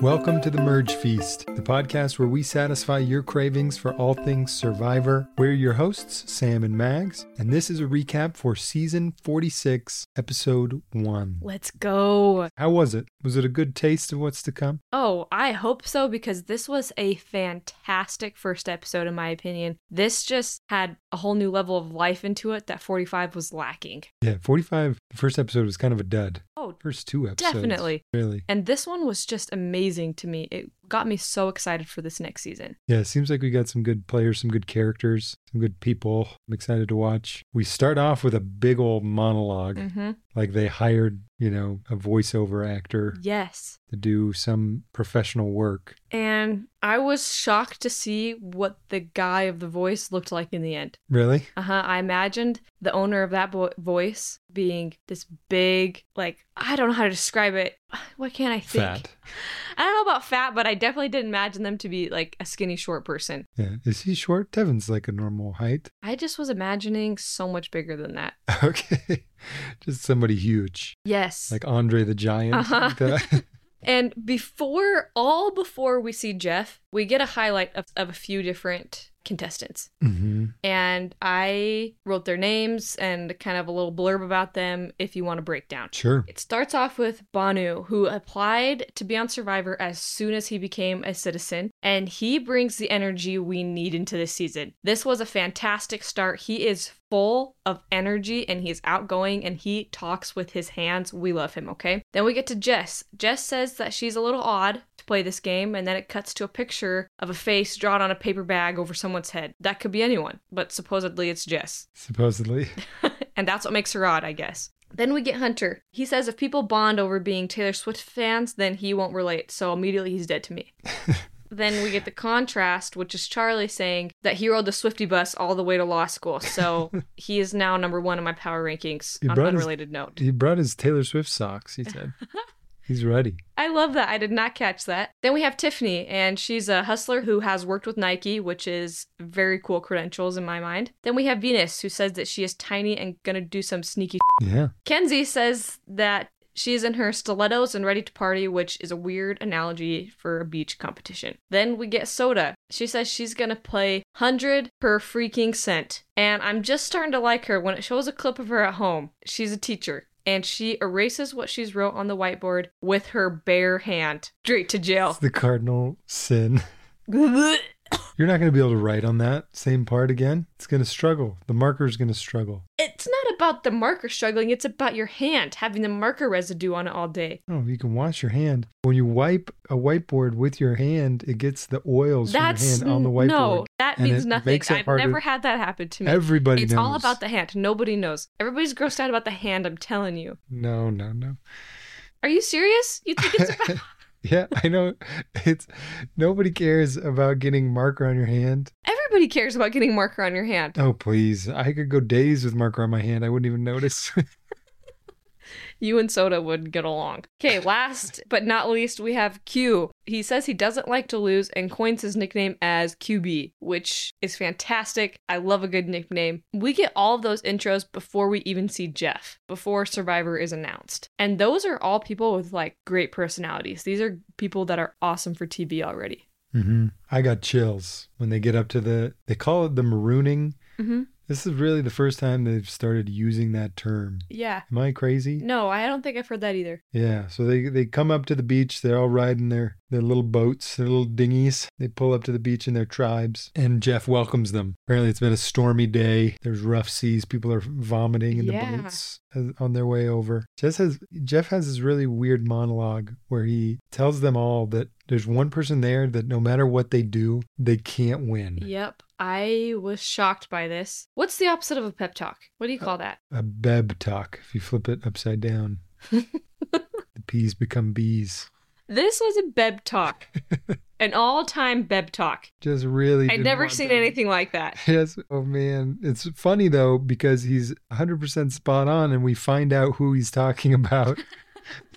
Welcome to the Merge Feast, the podcast where we satisfy your cravings for all things Survivor. We're your hosts, Sam and Mags, and this is a recap for season 46, episode 1. Let's go. How was it? Was it a good taste of what's to come? Oh, I hope so because this was a fantastic first episode, in my opinion. This just had a whole new level of life into it that 45 was lacking. Yeah, 45, the first episode was kind of a dud. Oh, First two episodes. Definitely. Really. and this one was just amazing to me. It got me so excited for this next season. Yeah, it seems like we got some good players, some good characters, some good people. I'm excited to watch. We start off with a big old monolog Mm-hmm. Like they hired, you know, a voiceover actor Yes. to do some professional work. And I was shocked to see what the guy of the voice looked like in the end. Really? Uh huh. I imagined the owner of that vo- voice being this big, like, I don't know how to describe it. Why can't I think? Fat. I don't know about fat, but I definitely didn't imagine them to be like a skinny, short person. Yeah. Is he short? Devin's like a normal height. I just was imagining so much bigger than that. Okay. Just somebody huge, Yes. like Andre the Giant. Uh-huh. The- and before, all before we see Jeff, we get a highlight of, of a few different contestants. Mhm. And I wrote their names and kind of a little blurb about them if you want a breakdown. Sure. It starts off with Banu, who applied to be on Survivor as soon as he became a citizen, and he brings the energy we need into this season. This was a fantastic start. He is full of energy and he's outgoing and he talks with his hands. We love him, okay? Then we get to Jess. Jess says that she's a little odd to play this game, and then it cuts to a picture of a face drawn on a paper bag over someone's head. That could be anyone, but supposedly it's Jess Supposedly. and that's what makes her odd, I guess. Then we get Hunter. He says if people bond over being Taylor Swift fans, then he won't relate, so immediately he's dead to me. then we get the contrast, which is Charlie saying that he rode the Swifty bus all the way to law school, so he is now number one in my power rankings He on an brought his- unrelated note. He brought his Taylor Swift socks, he said. He's ready. I love that. I did not catch that. Then we have Tiffany, and she's a hustler who has worked with Nike, which is very cool credentials in my mind. Then we have Venus, who says that she is tiny and gonna do some sneaky Yeah. Kenzie says that she's in her stilettos and ready to party, which is a weird analogy for a beach competition. Then we get Soda. She says she's gonna play 100 per freaking cent. And I'm just starting to like her when it shows a clip of her at home. She's a teacher. And she erases what she's wrote on the whiteboard with her bare hand. Straight to It's jail. the cardinal sin. You're not going to be able to write on that same part again. It's going to struggle. The marker's going to struggle. It's not about the marker struggling, it's about your hand having the marker residue on it all day. Oh, you can wash your hand. When you wipe a whiteboard with your hand, it gets the oils from your hand on the whiteboard. no, that and means it nothing. makes it I've harder. never had that happen to me. Everybody it's knows. all about the hand. Nobody knows. Everybody's grossed out about the hand. I'm telling you. No, no, no. Are you serious? You think it's about? Yeah, I know. It's nobody cares about getting marker on your hand. Everybody cares about getting marker on your hand. Oh, please. I could go days with marker on my hand. I wouldn't even notice. You and Soda would get along. Okay, last but not least, we have Q. He says he doesn't like to lose and coins his nickname as QB, which is fantastic. I love a good nickname. We get all of those intros before we even see Jeff, before Survivor is announced. And those are all people with like great personalities. These are people that are awesome for TV already. hmm I got chills when they get up to the, they call it the marooning. Mm-hmm. This is really the first time they've started using that term. Yeah. Am I crazy? No, I don't think I've heard that either. Yeah, so they they come up to the beach. They're all riding their their little boats, their little dinghies. They pull up to the beach in their tribes, and Jeff welcomes them. Apparently, it's been a stormy day. There's rough seas. People are vomiting in the Yeah. boats as- on their way over. Jeff has Jeff has this really weird monologue where he tells them all that there's one person there that no matter what they do, they can't win. Yep. I was shocked by this. What's the opposite of a pep talk? What do you call that? A beb talk. If you flip it upside down, the peas become bees. This was a Beb talk, an all-time Beb talk. Just really. I'd didn't never want seen them. anything like that. Yes. Oh man, it's funny though because he's 100% spot on, and we find out who he's talking about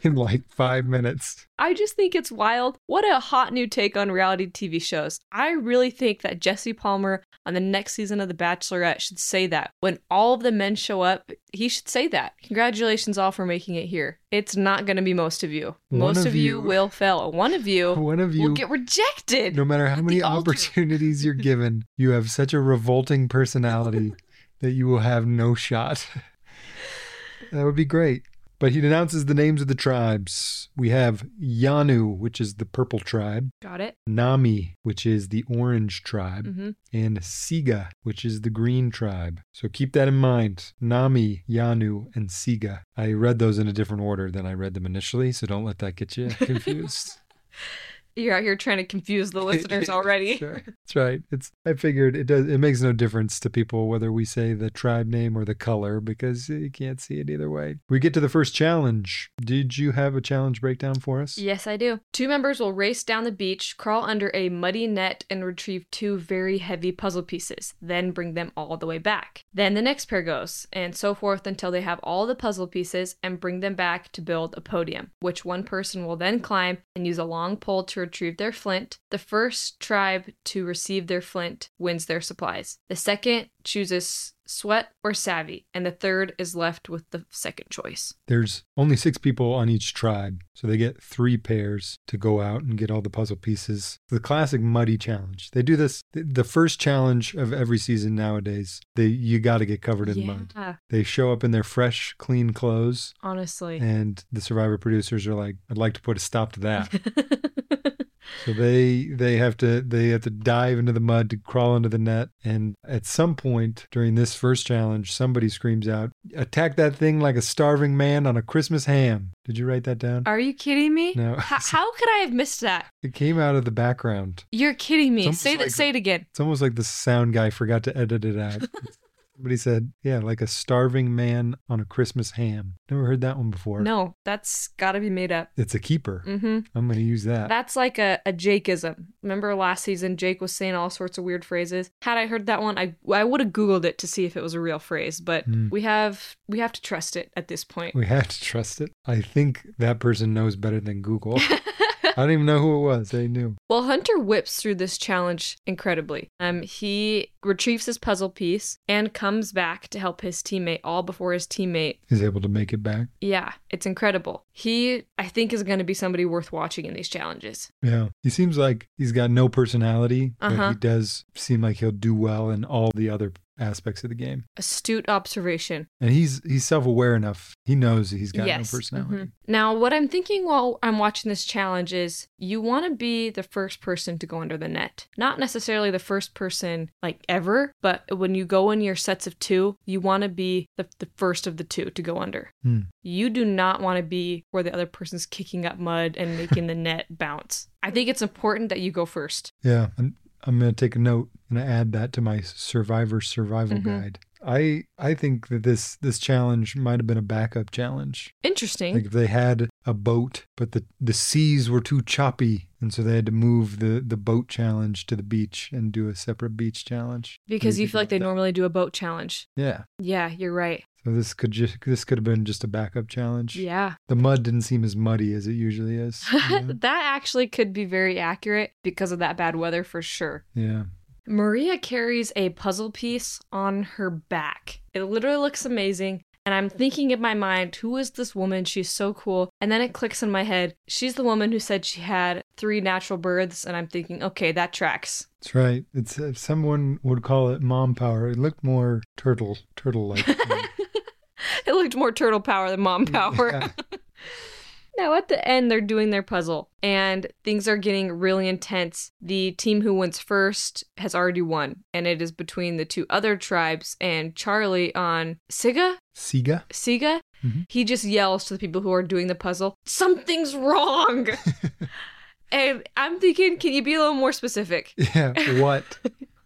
in like five minutes. I just think it's wild. What a hot new take on reality TV shows. I really think that Jesse Palmer on the next season of The Bachelorette should say that. When all of the men show up, he should say that. Congratulations all for making it here. It's not going to be most of you. One most of of, you, you- will fail. One of you One of will you, get rejected. no matter how at many the altar. opportunities you're given, you have such a revolting personality that you will have no shot. that would be great. But he denounces the names of the tribes. We have Yanu, which is the purple tribe, Got it? Nami, which is the orange tribe, hmm and Siga, which is the green tribe. So keep that in mind. Nami, Yanu, and Siga. I read those in a different order than I read them initially, so don't let that get you confused. You're out here trying to confuse the listeners already. Sure. That's right. It's I figured it does it makes no difference to people whether we say the tribe name or the color because you can't see it either way. We get to the first challenge. Did you have a challenge breakdown for us? Yes, I do. Two members will race down the beach, crawl under a muddy net, and retrieve two very heavy puzzle pieces, then bring them all the way back. Then the next pair goes, and so forth until they have all the puzzle pieces and bring them back to build a podium, which one person will then climb and use a long pole to retrieve their flint. The first tribe to receive their flint wins their supplies. The second chooses sweat or savvy, and the third is left with the second choice. There's only six people on each tribe, so they get three pairs to go out and get all the puzzle pieces. The classic muddy challenge. They do this th- the first challenge of every season nowadays. They you got to get covered in mud. Yeah, They show up in their fresh, clean clothes, honestly. and the survivor producers are like, "I'd like to put a stop to that." So they they have to they have to dive into the mud to crawl into the net and at some point during this first challenge somebody screams out attack that thing like a starving man on a Christmas ham. Did you write that down? Are you kidding me? No. How, how could I have missed that? It came out of the background. You're kidding me. It's almost Say that. like- Say it again. It's almost like the sound guy forgot to edit it out. somebody said, "Yeah, like a starving man on a Christmas ham." Never heard that one before. No, that's got to be made up. It's a keeper. hmm I'm going to use that. That's like a, a Jakeism. Remember last season, Jake was saying all sorts of weird phrases. Had I heard that one, I I would have googled it to see if it was a real phrase. But Hmm. we have we have to trust it at this point. We have to trust it. I think that person knows better than Google. I don't even know who it was. They knew. Well, Hunter whips through this challenge incredibly. Um, he retrieves his puzzle piece and comes back to help his teammate all before his teammate He's able to make it back. Yeah, it's incredible. He, I think, is going to be somebody worth watching in these challenges. Yeah. He seems like he's got no personality, but Uh-huh. he does seem like he'll do well in all the other aspects of the game. Astute observation. And he's he's self aware enough. He knows that he's got yes. no personality. mhm. Now, what I'm thinking while I'm watching this challenge is you want to be the first person to go under the net. Not necessarily the first person, like ever, but when you go in your sets of two, you want to be the, the first of the two to go under. Hmm. You do not want to be where the other person's kicking up mud and making the net bounce. I think it's important that you go first. Yeah, I'm, I'm going to take a note and add that to my survivor survival Mhm. guide. I I think that this this challenge might have been a backup challenge. Interesting. Like if they had a boat, but the the seas were too choppy, and so they had to move the the boat challenge to the beach and do a separate beach challenge. What do because you think feel like about they that? normally do a boat challenge. Yeah. Yeah, you're right. So this could just this could have been just a backup challenge. Yeah. The mud didn't seem as muddy as it usually is. you know? that actually could be very accurate because of that bad weather for sure. yeah. Maria carries a puzzle piece on her back. It literally looks amazing. And I'm thinking in my mind, who is this woman? She's so cool. And then it clicks in my head. She's the woman who said she had three natural births. And I'm thinking, okay, that tracks. That's right. It's uh, someone would call it mom power. It looked more turtle turtle like. It looked more turtle power than mom power. Now, at the end, they're doing their puzzle and things are getting really intense. The team who wins first has already won, and it is between the two other tribes and Charlie on Siga. Sega. Siga. Mhm. He just yells to the people who are doing the puzzle, Something's wrong. and I'm thinking, can you be a little more specific? Yeah. What?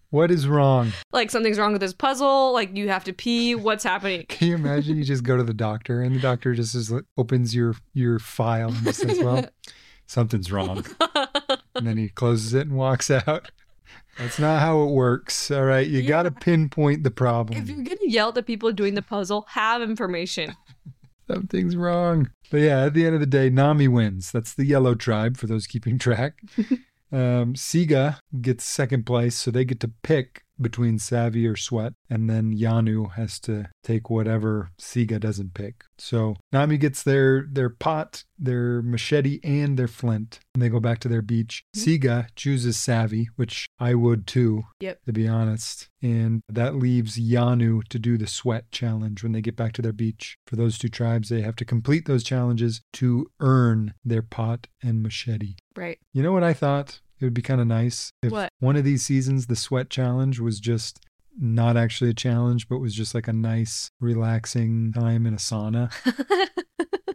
what is wrong? Like, something's wrong with this puzzle. Like, you have to pee. What's happening? Can you imagine? You just go to the doctor, and the doctor just is, like, opens your your file and just says, "Well, something's wrong," and then he closes it and walks out. That's not how it works. All right, you got to pinpoint the problem. if you're going to yell at the people doing the puzzle, have information. Something's wrong. But yeah, at the end of the day, Nami wins. That's the yellow tribe for those keeping track. um, Sega gets second place, so they get to pick between Savvy or Sweat, and then Yanu has to take whatever Sega doesn't pick. So Nami gets their their pot, their machete, and their flint, and they go back to their beach. Sega chooses Savvy, which I would too, Yep. to be honest. And that leaves Yanu to do the sweat challenge when they get back to their beach. For those two tribes, they have to complete those challenges to earn their pot and machete. Right. You know what I thought? It would be kind of nice if What? one of these seasons, the sweat challenge, was just not actually a challenge, but was just like a nice, relaxing time in a sauna.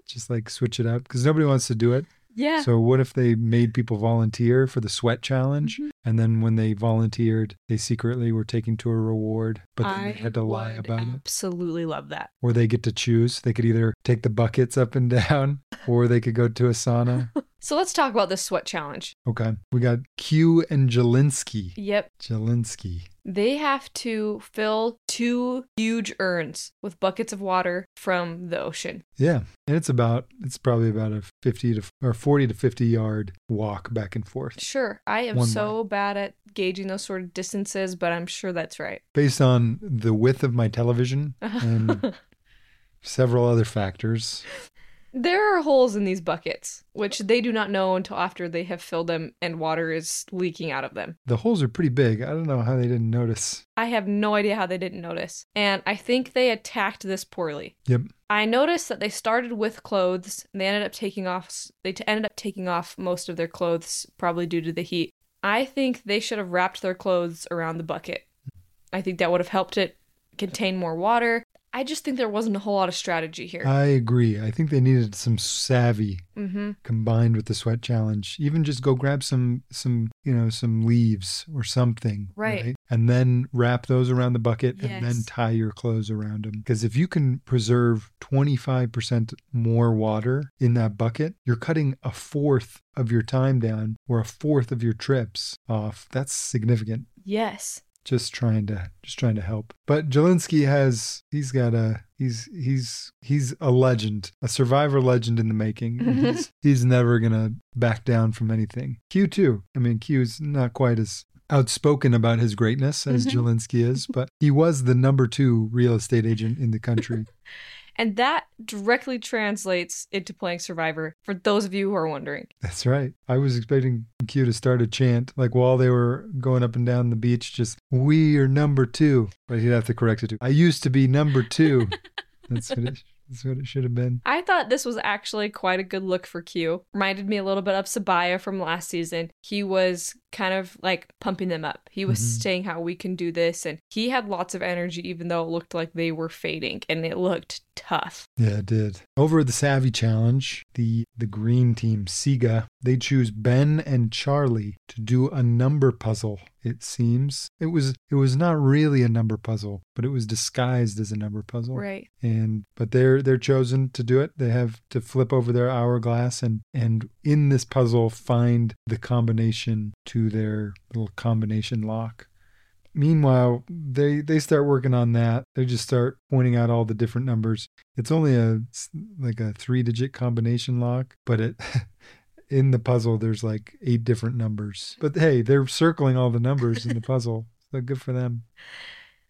just like switch it up because nobody wants to do it. yeah. So, what if they made people volunteer for the sweat challenge? Mhm. And then when they volunteered, they secretly were taken to a reward, but then I they had to lie would about it. Absolutely love that. Or they get to choose. They could either take the buckets up and down or they could go to a sauna. So let's talk about the sweat challenge. Okay. We got Q and Jelinski. Yep. Jelinski. They have to fill two huge urns with buckets of water from the ocean. Yeah. And it's about, it's probably about a 50 to, or 40 to 50 yard walk back and forth. Sure, I am One so bad at gauging those sort of distances, but I'm sure that's right. Based on the width of my television and several other factors. There are holes in these buckets, which they do not know until after they have filled them and water is leaking out of them. The holes are pretty big. I don't know how they didn't notice. I have no idea how they didn't notice. And I think they attacked this poorly. Yep. I noticed that they started with clothes and they ended up taking off s- they t- ended up taking off most of their clothes probably due to the heat. I think they should have wrapped their clothes around the bucket. I think that would have helped it contain more water. I just think there wasn't a whole lot of strategy here. I agree. I think they needed some savvy mhm. combined with the sweat challenge. Even just go grab some, some, you know, some leaves or something. Right. And then wrap those around the bucket and then Yes. tie your clothes around them. Because if you can preserve 25% more water in that bucket, you're cutting a fourth of your time down or a fourth of your trips off. That's significant. Yes. Just trying to just trying to help. But Jelinski has he's got a he's he's he's a legend, a survivor legend in the making. And he's he's never gonna back down from anything. Q too. I mean Q's not quite as outspoken about his greatness as Mhm. Jelinski is, but he was the number two real estate agent in the country. And that directly translates into playing Survivor for those of you who are wondering. That's right. I was expecting Q to start a chant, like while they were going up and down the beach, just, we are number two. But he'd have to correct it to, I used to be number two. that's, what it, that's what it should have been. I thought this was actually quite a good look for Q. Reminded me a little bit of Sabaya from last season. He was kind of like pumping them up. He was Mhm. saying how we can do this, and he had lots of energy, even though it looked like they were fading and it looked tough. Yeah, it did. Over at the Savvy Challenge, the the green team, Sega, they choose Ben and Charlie to do a number puzzle. It seems it was it was not really a number puzzle, but it was disguised as a number puzzle. Right. and but they're they're chosen to do it they have to flip over their hourglass and and in this puzzle find the combination to their little combination lock meanwhile they they start working on that they just start pointing out all the different numbers it's only a it's like a three digit combination lock but it in the puzzle there's like eight different numbers but hey they're circling all the numbers in the puzzle so good for them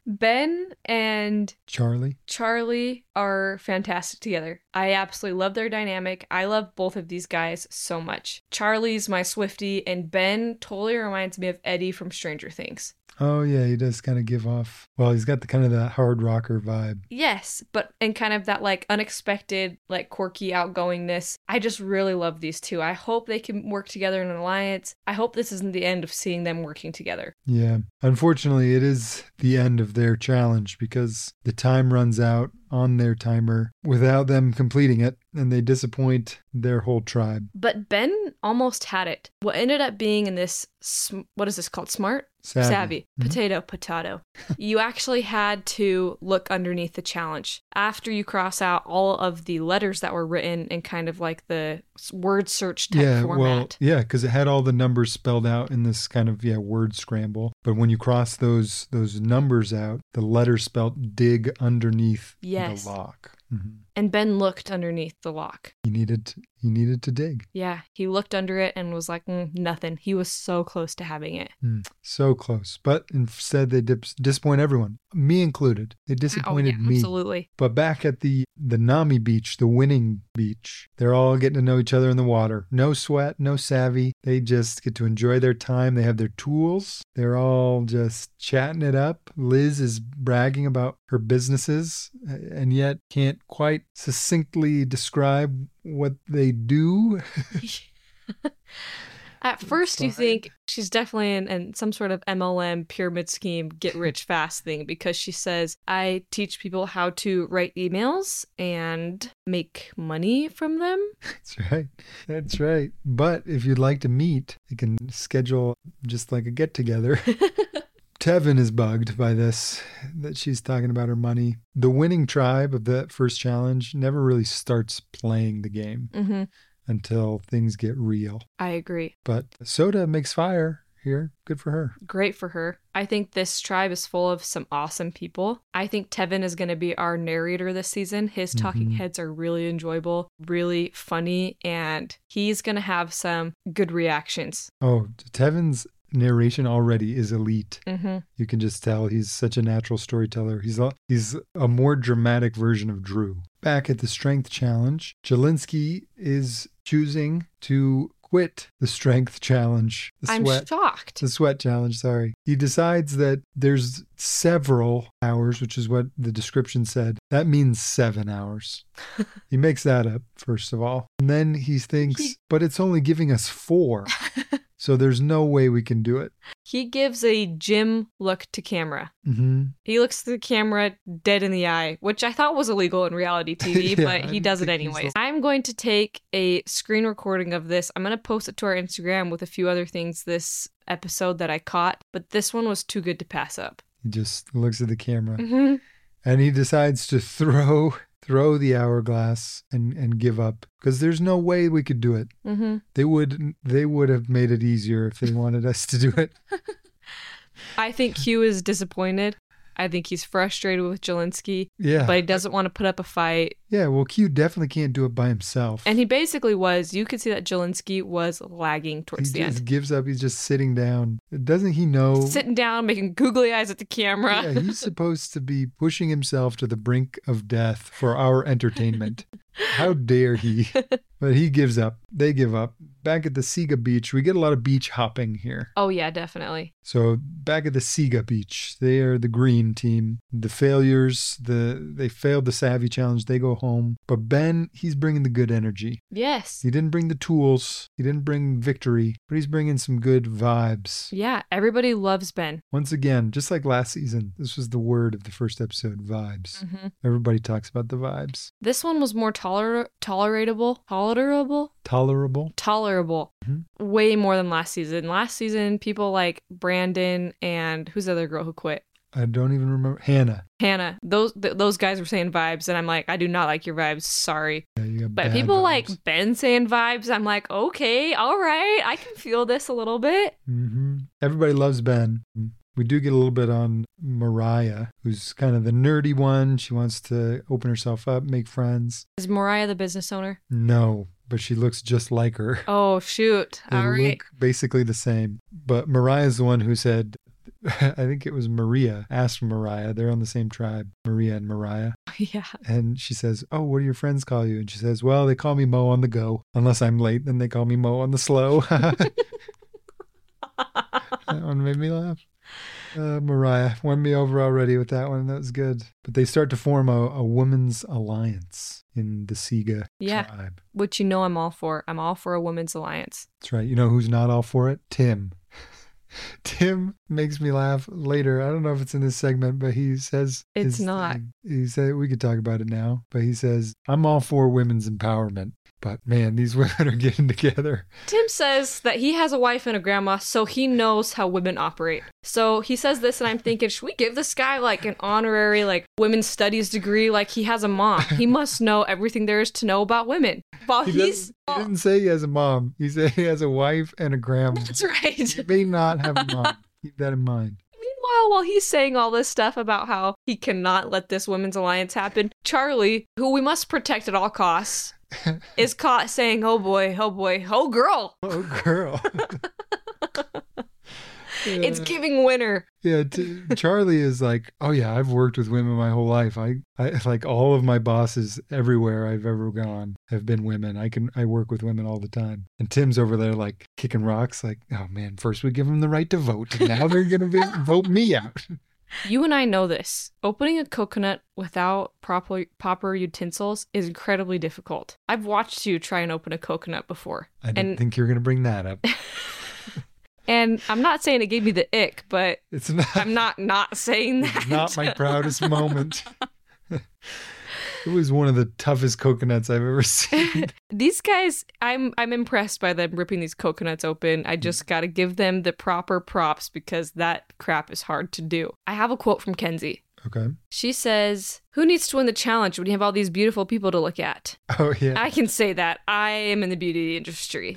Ben and charlie Charlie are fantastic together. I absolutely love their dynamic. I love both of these guys so much. Charlie's my Swifty, and Ben totally reminds me of Eddie from Stranger Things. Oh yeah, he does kind of give off. Well, he's got the kind of that hard rocker vibe. Yes, but and kind of that like unexpected, like quirky outgoingness. I just really love these two. I hope they can work together in an alliance. I hope this isn't the end of seeing them working together. Yeah. Unfortunately, it is the end of their challenge because the time runs out on their timer without them completing it and they disappoint their whole tribe. But Ben almost had it. What ended up being in this, sm- what is this called? Smart? Savvy. savvy, Mhm. potato potato you actually had to look underneath the challenge after you cross out all of the letters that were written in kind of like the s- word search type Yeah, well, format yeah, because it had all the numbers spelled out in this kind of yeah word scramble. But when you cross those those numbers out, the letter spelt dig underneath Yes. the lock. Mhm. And Ben looked underneath the lock. He needed to, he needed to dig. Yeah, he looked under it and was like, "Mm, nothing. He was so close to having it. Mm, so close, but instead they dis- disappoint everyone, me included. They disappointed oh, yeah, me. Absolutely. But back at the the Nami beach, the winning beach, they're all getting to know each other in the water. No sweat, no savvy. They just get to enjoy their time. They have their tools. They're all just chatting it up. Liz is bragging about her businesses uh, and yet can't quite succinctly describe what they do. At first, you fine. think she's definitely in, in some sort of MLM pyramid scheme, get rich fast thing, because she says, I teach people how to write emails and make money from them. That's right. That's right. But if you'd like to meet, you can schedule just like a get together. Tevin is bugged by this that she's talking about her money. The winning tribe of that first challenge never really starts playing the game hmm until things get real. I agree. But Soda makes fire here. Good for her. Great for her. I think this tribe is full of some awesome people. I think Tevin is going to be our narrator this season. His talking Mhm. heads are really enjoyable, really funny, and he's going to have some good reactions. Oh, Tevin's narration already is elite. hmm You can just tell he's such a natural storyteller. He's a, he's a more dramatic version of Drew. Back at the strength challenge, Jelinski is choosing to quit the strength challenge, the I'm sweat, shocked. the sweat challenge. Sorry, he decides that there's several hours, which is what the description said. That means seven hours. he makes that up first of all, and then he thinks, He- but it's only giving us four, so there's no way we can do it. He gives a Jim look to camera. hmm He looks the camera dead in the eye, which I thought was illegal in reality TV, Yeah, but I he didn't does it think he's anyways. the- I'm going to take a screen recording of this. I'm going to post it to our Instagram with a few other things this episode that I caught, but this one was too good to pass up. He just looks at the camera. Mhm. and he decides to throw throw the hourglass and and give up because there's no way we could do it Mhm. they would they would have made it easier if they wanted us to do it I think Hugh is disappointed. I think he's frustrated with Jelinski, yeah but he doesn't want to put up a fight. yeah well q definitely can't do it by himself And he basically was, you could see that Jelinski was lagging towards he the end. just gives up he's just sitting down doesn't he know sitting down, making googly eyes at the camera. yeah, he's supposed to be pushing himself to the brink of death for our entertainment. How dare he? But he gives up. They give up. Back at the Sega Beach, we get a lot of beach hopping here. oh yeah, definitely. So back at the Sega Beach, they are the green team. The failures, the they failed the savvy challenge. They go home. But Ben, he's bringing the good energy. Yes. He didn't bring the tools. He didn't bring victory, but he's bringing some good vibes. Yeah, everybody loves Ben. Once again, just like last season, this was the word of the first episode: Mm-hmm. vibes. Everybody talks about the vibes. This one was more toler- toleratable, tolerable, Tolerable. tolerable, Mhm. way more than last season. Last season, people like Brandon and who's the other girl who quit? I don't even remember Hannah. Hannah. Those th- those guys were saying vibes, and I'm like, I do not like your vibes. Sorry, Yeah, you got but bad people vibes. like Ben saying vibes. I'm like, okay, all right, I can feel this a little bit. hmm Everybody loves Ben. We do get a little bit on Mariah, who's kind of the nerdy one. She wants to open herself up, make friends. Is Mariah the business owner? No, but she looks just like her. Oh shoot! They all right. look basically the same. But Mariah's the one who said, I think it was Maria, asked Mariah. They're on the same tribe, Maria and Mariah. Yeah. And she says, Oh, what do your friends call you? And she says, Well, they call me Mo on the go. Unless I'm late, then they call me Mo on the slow. That one made me laugh. Uh, Mariah won me over already with that one. That was good. But they start to form a, a women's alliance in the Sega Yeah. tribe. Which you know I'm all for. I'm all for a women's alliance. That's right. You know who's not all for it? Tim. Tim makes me laugh later. I don't know if it's in this segment, but he says It's his not. thing. He said we could talk about it now, but he says I'm all for women's empowerment. But man, these women are getting together. Tim says that he has a wife and a grandma, so he knows how women operate. So he says this, and I'm thinking, should we give this guy like an honorary like women's studies degree? Like he has a mom. He must know everything there is to know about women. While He, Oh, he's doesn't, he didn't say he has a mom. He said he has a wife and a grandma. that's right. You may not have a mom. Keep that in mind. Meanwhile, while he's saying all this stuff about how he cannot let this women's alliance happen, Charlie, who we must protect at all costs, is caught saying, "Oh boy, oh boy, oh girl." Oh, girl. It's giving winter. Yeah, t- Charlie is like, oh yeah, I've worked with women my whole life. I, I like all of my bosses everywhere I've ever gone have been women. I can I work with women all the time. And Tim's over there like kicking rocks, like, oh man, first we give them the right to vote, and now they're gonna be, vote me out. You and I know this. Opening a coconut without proper proper utensils is incredibly difficult. I've watched you try and open a coconut before. I didn't And- think you were gonna bring that up. And I'm not saying it gave me the ick, but It's not. I'm not not saying It that. was not my proudest moment. it was one of the toughest coconuts I've ever seen. these guys, I'm I'm impressed by them ripping these coconuts open. I Mm. just got to give them the proper props because that crap is hard to do. I have a quote from Kenzie. Okay. She says, "Who needs to win the challenge when you have all these beautiful people to look at?" Oh yeah, I can say that. I am in the beauty industry.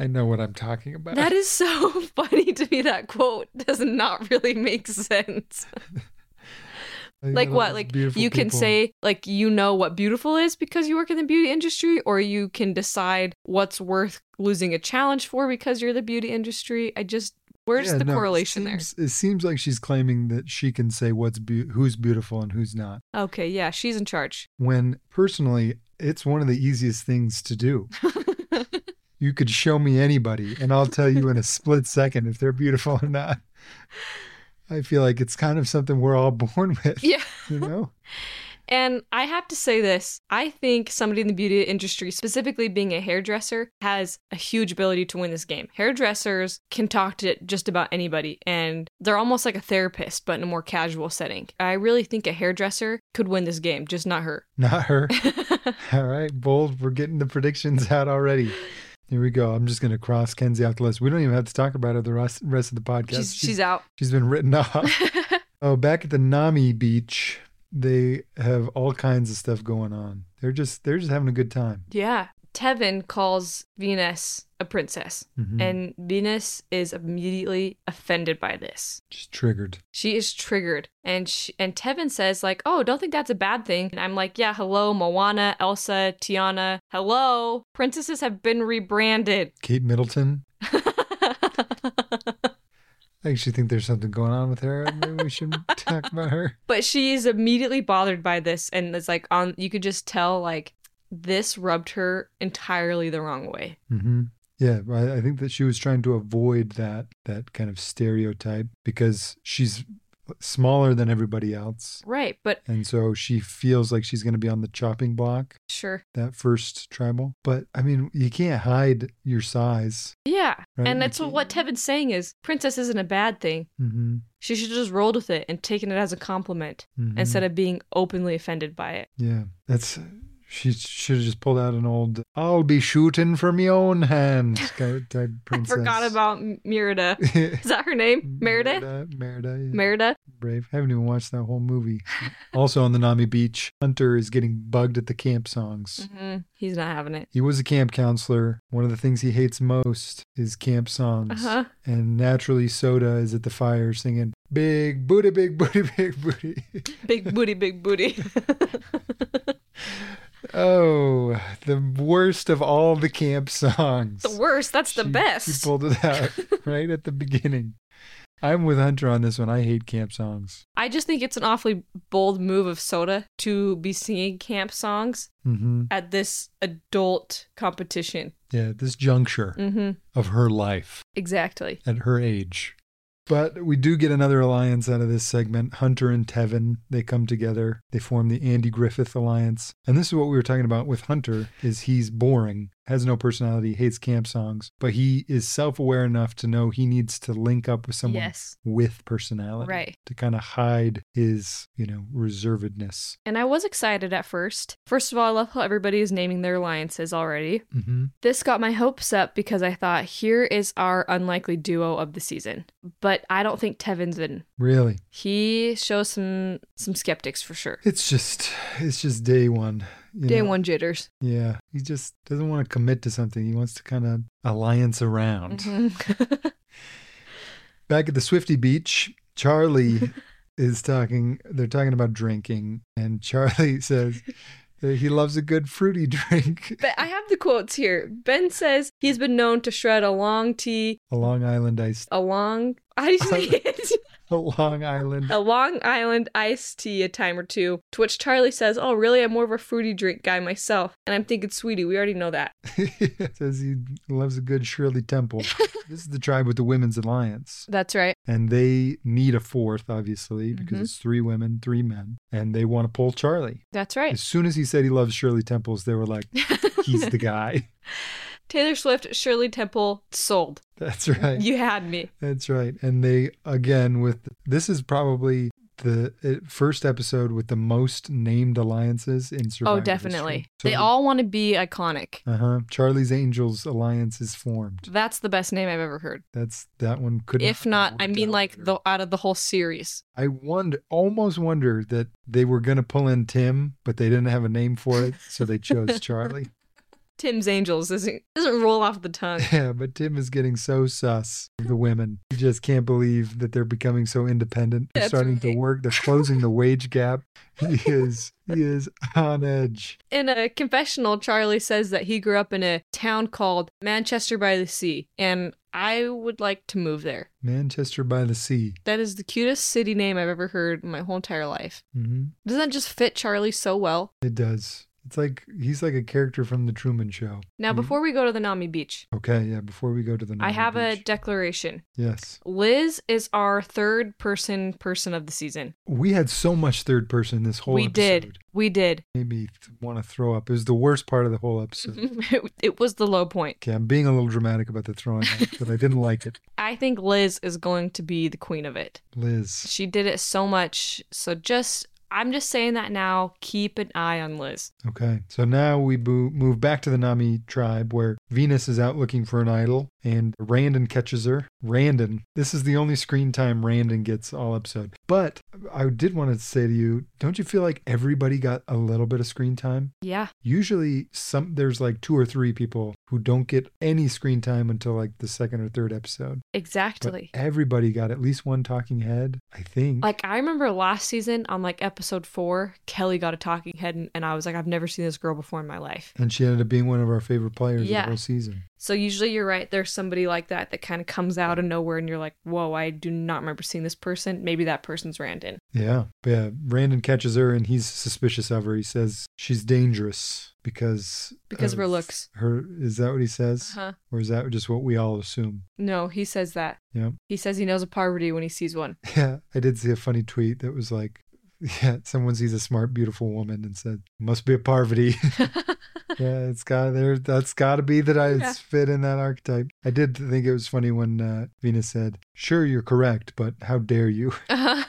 I know what I'm talking about. That is so funny to me. That quote does not really make sense. I Like got all what? these Like you beautiful can people. say like you know what beautiful is because you work in the beauty industry, or you can decide what's worth losing a challenge for because you're the beauty industry. I just where's Yeah, the no, it correlation seems- It seems like she's claiming that she can say what's beau- who's beautiful and who's not. there? Okay, yeah, she's in charge. When personally, it's one of the easiest things to do. you could show me anybody, and I'll tell you in a split second if they're beautiful or not. I feel like it's kind of something we're all born with. Yeah. You know. And I have to say this I think somebody in the beauty industry, specifically being a hairdresser, has a huge ability to win this game. Hairdressers can talk to just about anybody, and they're almost like a therapist, but in a more casual setting. I really think a hairdresser could win this game, just not her. Not her. All right, bold. We're getting the predictions out already. Here we go. I'm just going to cross Kenzie off the list. We don't even have to talk about her the rest, rest of the podcast. she's, She- she's out. she's been written off. oh, back at the Nami beach, they have all kinds of stuff going on. They're just they're just having a good time. Yeah. Tevin calls Venus a princess, Mhm. and Venus is immediately offended by this. Just triggered. She is triggered, and she, and Tevin says like, "Oh, don't think that's a bad thing." And I'm like, "Yeah, hello, Moana, Elsa, Tiana, hello, princesses have been rebranded." Kate Middleton. I actually think there's something going on with her. Maybe we should talk about her. but she is immediately bothered by this, and it's like on you could just tell like this rubbed her entirely the wrong way. hmm Yeah, I, I think that she was trying to avoid that that kind of stereotype because she's smaller than everybody else, Right, but and so she feels like she's going to be on the chopping block sure, that first tribal. But I mean, you can't hide your size. yeah, Right, and you that's what, what Tevin's saying is princess isn't a bad thing. Mm-hmm. She should have just rolled with it and taken it as a compliment instead of being openly offended by it. Mm-hmm. yeah, that's she should have just pulled out an old "I'll be shooting from my own hand" type type princess. I forgot about M- Merida. Is that her Mm-hmm. name? Merida? Merida, Merida, yeah. Merida? Brave. I haven't even watched that whole movie. also on the Nami Beach, Hunter is getting bugged at the camp songs. Mhm. He's not having it. He was a camp counselor. One of the things he hates most is camp Uh songs. huh. And naturally, Soda is at the fire singing, Big booty, big booty, big booty. Big booty, big booty. oh, the worst of all the camp songs. the worst. That's the She- She best. pulled it out right at the beginning. I'm with Hunter on this one. I hate camp songs. I just think it's an awfully bold move of Soda to be singing camp songs hmm at this adult competition. Yeah, this juncture Mm-hmm. of her life. Exactly. at her age. But we do get another alliance out of this segment. Hunter and Tevin, they come together. They form the Andy Griffith Alliance. And this is what we were talking about with Hunter is he's boring, has no personality, hates camp songs, but he is self-aware enough to know he needs to link up with someone Yes. with personality Right. to kind of hide his, you know, reservedness. And I was excited at first. First of all, I love how everybody is naming their alliances already. Mm-hmm. This got my hopes up because I thought, here is our unlikely duo of the season. But I don't think Tevin's in. Really. He shows some some skeptics for sure. It's just it's just day 1. you Day know? one jitters. Yeah, he just doesn't want Mm-hmm. to commit to something. He wants to kind of alliance around. Mhm. Back at the Swifty Beach, Charlie is talking. They're talking about drinking, and Charlie says that he loves a good fruity drink. But I have the quotes here. Ben says he's been known to shred a long tea, A Long Island iced, a long. How do you say it? a Long Island. a Long Island iced tea a time or two, to which Charlie says, Oh, really? I'm more of a fruity drink guy myself. And I'm thinking, sweetie, we already know that. says he loves a good Shirley Temple. this is the tribe with the Women's Alliance. That's right. and they need a fourth obviously because Mhm. it's three women three men and they want to pull charlie That's as soon as he said he loves shirley temples they were like he's the guy Taylor Swift, Shirley Temple, sold. that's right You had me. that's right and they again with this is probably the uh, first episode with the most named alliances in Survivor oh, definitely. history. So- they all want to be iconic. uh-huh charlie's angels alliance is formed That's the best name I've ever heard. that's that one could If not, have I worked mean, out like better. the out of the whole series. I wonder, almost wonder that they were going to pull in Tim, but they didn't have a name for it, so they chose Charlie. Tim's Angels doesn't doesn't roll off the tongue. Yeah, but Tim is getting so sus of the women. He just can't believe that they're becoming so independent. They're That's starting to right. work. They're closing the wage gap. He is he is on edge. In a confessional, Charlie says that he grew up in a town called Manchester by the Sea, and I would like to move there. Manchester by the sea. That is the cutest city name I've ever heard in my whole entire life. hmm Doesn't that just fit Charlie so well? It does. It's like he's like a character from the Truman Show. Now, Mhm. before we go to the Nami Beach, Okay, yeah. Before we go to the, I Nile have a Beach. declaration. yes. Liz is our third person person of the season. We had so much third person this whole we episode. did. We did. made me want to throw up. It was the worst part of the whole Mm-hmm. episode. it, it was the low point. okay, I'm being a little dramatic about the throwing up, but I didn't like it. I think Liz is going to be the queen of it. Liz, She did it so much. So just, I'm just saying that now. Keep an eye on Liz. okay. So now we boo- move back to the Nami tribe where Venus is out looking for an idol and Randon catches her. Randon, this is the only screen time Randon gets all episode. But I did want to say to you, don't you feel like everybody got a little bit of screen time? Yeah. Usually some there's like two or three people who don't get any screen time until like the second or third episode. But Exactly. everybody got at least one talking head, I think. Like I remember last season on like episode four, Kelly got a talking head, and, and I was like, I've never seen this girl before in my life. and she ended up being one of our favorite players of Yeah. the whole season. So usually you're right. There's somebody like that that kind of comes out of nowhere, and you're like, whoa, I do not remember seeing this person. Maybe that person's Randon. Yeah. But yeah, Randon catches her and he's suspicious of her. He says she's dangerous because Because of her looks. Her is that what he says? Uh-huh. Or is that just what we all assume? No, he says that. Yeah. He says he knows a poverty when he sees one. Yeah. I did see a funny tweet that was like yeah, someone sees a smart, beautiful woman and said, "Must be a poverty." yeah, it's got there. That's got to be that I Yeah. fit in that archetype. I did think it was funny when uh, Venus said, "Sure, you're correct, but how dare you?"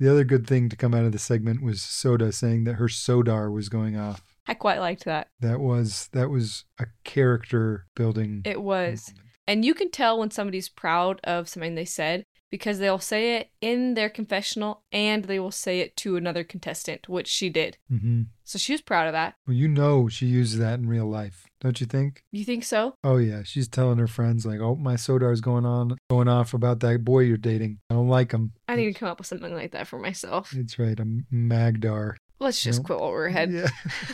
The other good thing to come out of the segment was Soda saying that her Sodar was going off. I quite liked that. That was that was a character building. It was. And you can tell when somebody's proud of something they said because they'll say it in their confessional and they will say it to another contestant, which she did. hmm So she was proud of that. Well, you know she uses that in real life, don't you think? You think so? Oh yeah, she's telling her friends like, "Oh, my Sodar's going on, going off about that boy you're dating. I don't like him." I need to come up with something like that for myself. That's right, I'm Magdar. Let's just Nope. quit while we're ahead. Yeah.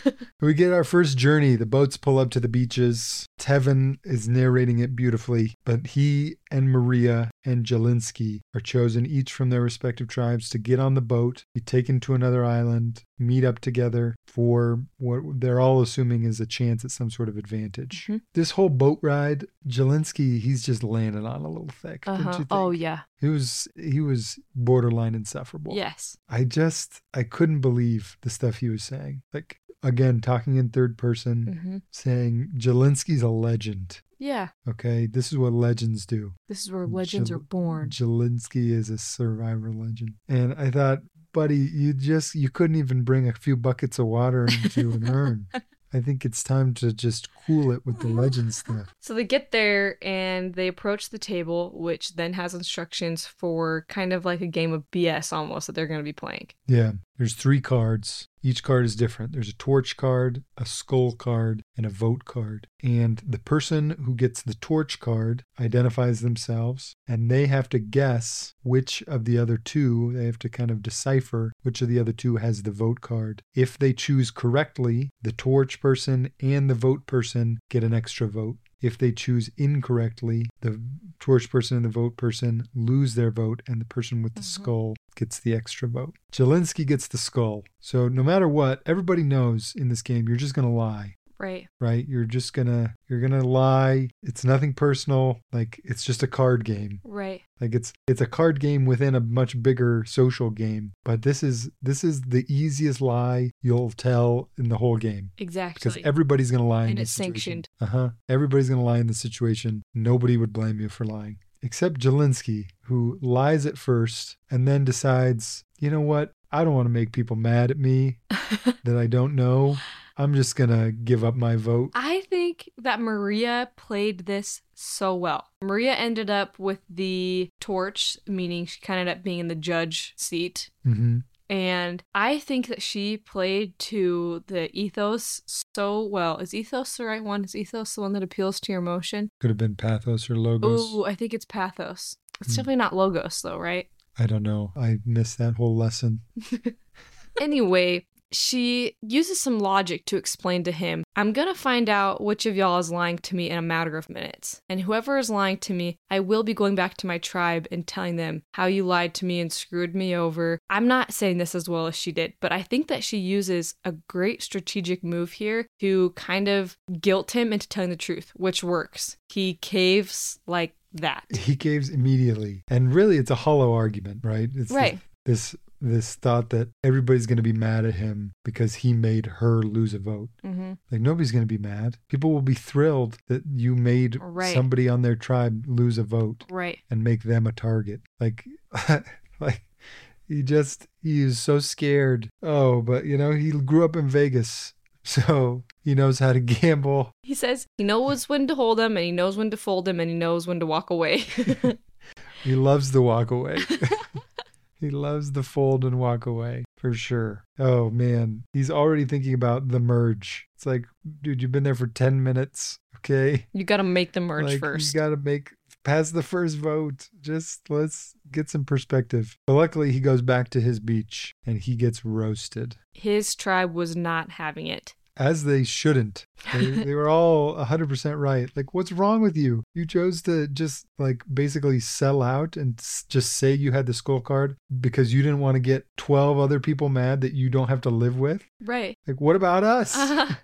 we get our first journey. The boats pull up to the beaches. Tevin is narrating it beautifully, but he and Maria and Jelinski are chosen each from their respective tribes to get on the boat, be taken to another island, meet up together for what they're all assuming is a chance at some sort of advantage. Mhm. This whole boat ride, Jelinski, he's just landing on a little thick. didn't Uh-huh. you think? Oh, yeah. He was he was borderline insufferable. Yes. I just I couldn't believe the stuff he was saying. Like again, talking in third person, hmm saying Jelinski's a legend. Yeah. Okay, this is what legends do. This is where legends Jel- are born. Jelinski is a survivor legend, and I thought, buddy, you just you couldn't even bring a few buckets of water into an urn. I think it's time to just cool it with the legend stuff. So they get there and they approach the table, which then has instructions for kind of like a game of BS almost that they're going to be playing. Yeah, There's three cards. Each card is different. There's a torch card, a skull card, and a vote card. And the person who gets the torch card identifies themselves, and they have to guess which of the other two, they have to kind of decipher which of the other two has the vote card. If they choose correctly, the torch person and the vote person get an extra vote. If they choose incorrectly, the torch person and the vote person lose their vote, and the person with the Mhm. skull gets the extra vote. Jelinski gets the skull. So no matter what, everybody knows in this game you're just gonna lie, Right. right? You're just gonna you're gonna lie. It's nothing personal. Like it's just a card game. Right. Like it's it's a card game within a much bigger social game. But this is this is the easiest lie you'll tell in the whole game. Because Exactly. everybody's gonna lie in And this it's situation. sanctioned. Uh huh. Everybody's gonna lie in this situation. Nobody would blame you for lying, except Jelinski, who lies at first and then decides, you know what? I don't want to make people mad at me that I don't know. I'm just gonna give up my vote. I think that Maria played this so well. Maria ended up with the torch, meaning she kind of ended up being in the judge seat. hmm And I think that she played to the ethos so well. Is ethos the right one? Is ethos the one that appeals to your emotion? Could have been pathos or logos. Ooh, I think it's pathos. It's Hmm. definitely not logos, though, right? I don't know. I missed that whole lesson. anyway, she uses some logic to explain to him, I'm going to find out which of y'all is lying to me in a matter of minutes. And whoever is lying to me, I will be going back to my tribe and telling them how you lied to me and screwed me over. I'm not saying this as well as she did, but I think that she uses a great strategic move here to kind of guilt him into telling the truth, which works. He caves like that. He caves immediately, and really, it's a hollow argument, right? It's Right. This, this this thought that everybody's gonna be mad at him because he made her lose a vote. Mm-hmm. Like nobody's going to be mad. People will be thrilled that you made Right. somebody on their tribe lose a vote Right. and make them a target. Like like he just he is so scared. Oh, but you know, he grew up in Vegas. So he knows how to gamble. He says he knows when to hold him and he knows when to fold him and he knows when to walk away. He loves the walk away. he loves the fold and walk away for sure. Oh man, he's already thinking about the merge. It's like, dude, you've been there for 10 minutes, okay? you got to make the merge Like, first. You got to make pass the first vote. Just let's get some perspective. But luckily, he goes back to his beach and he gets roasted, His tribe was not having it. as they shouldn't. They, they were all 100% right. Like, what's wrong with you? You chose to just like basically sell out and s- just say you had the skull card because you didn't want to get 12 other people mad that you don't have to live with. Right. Like, what about us? Uh-huh.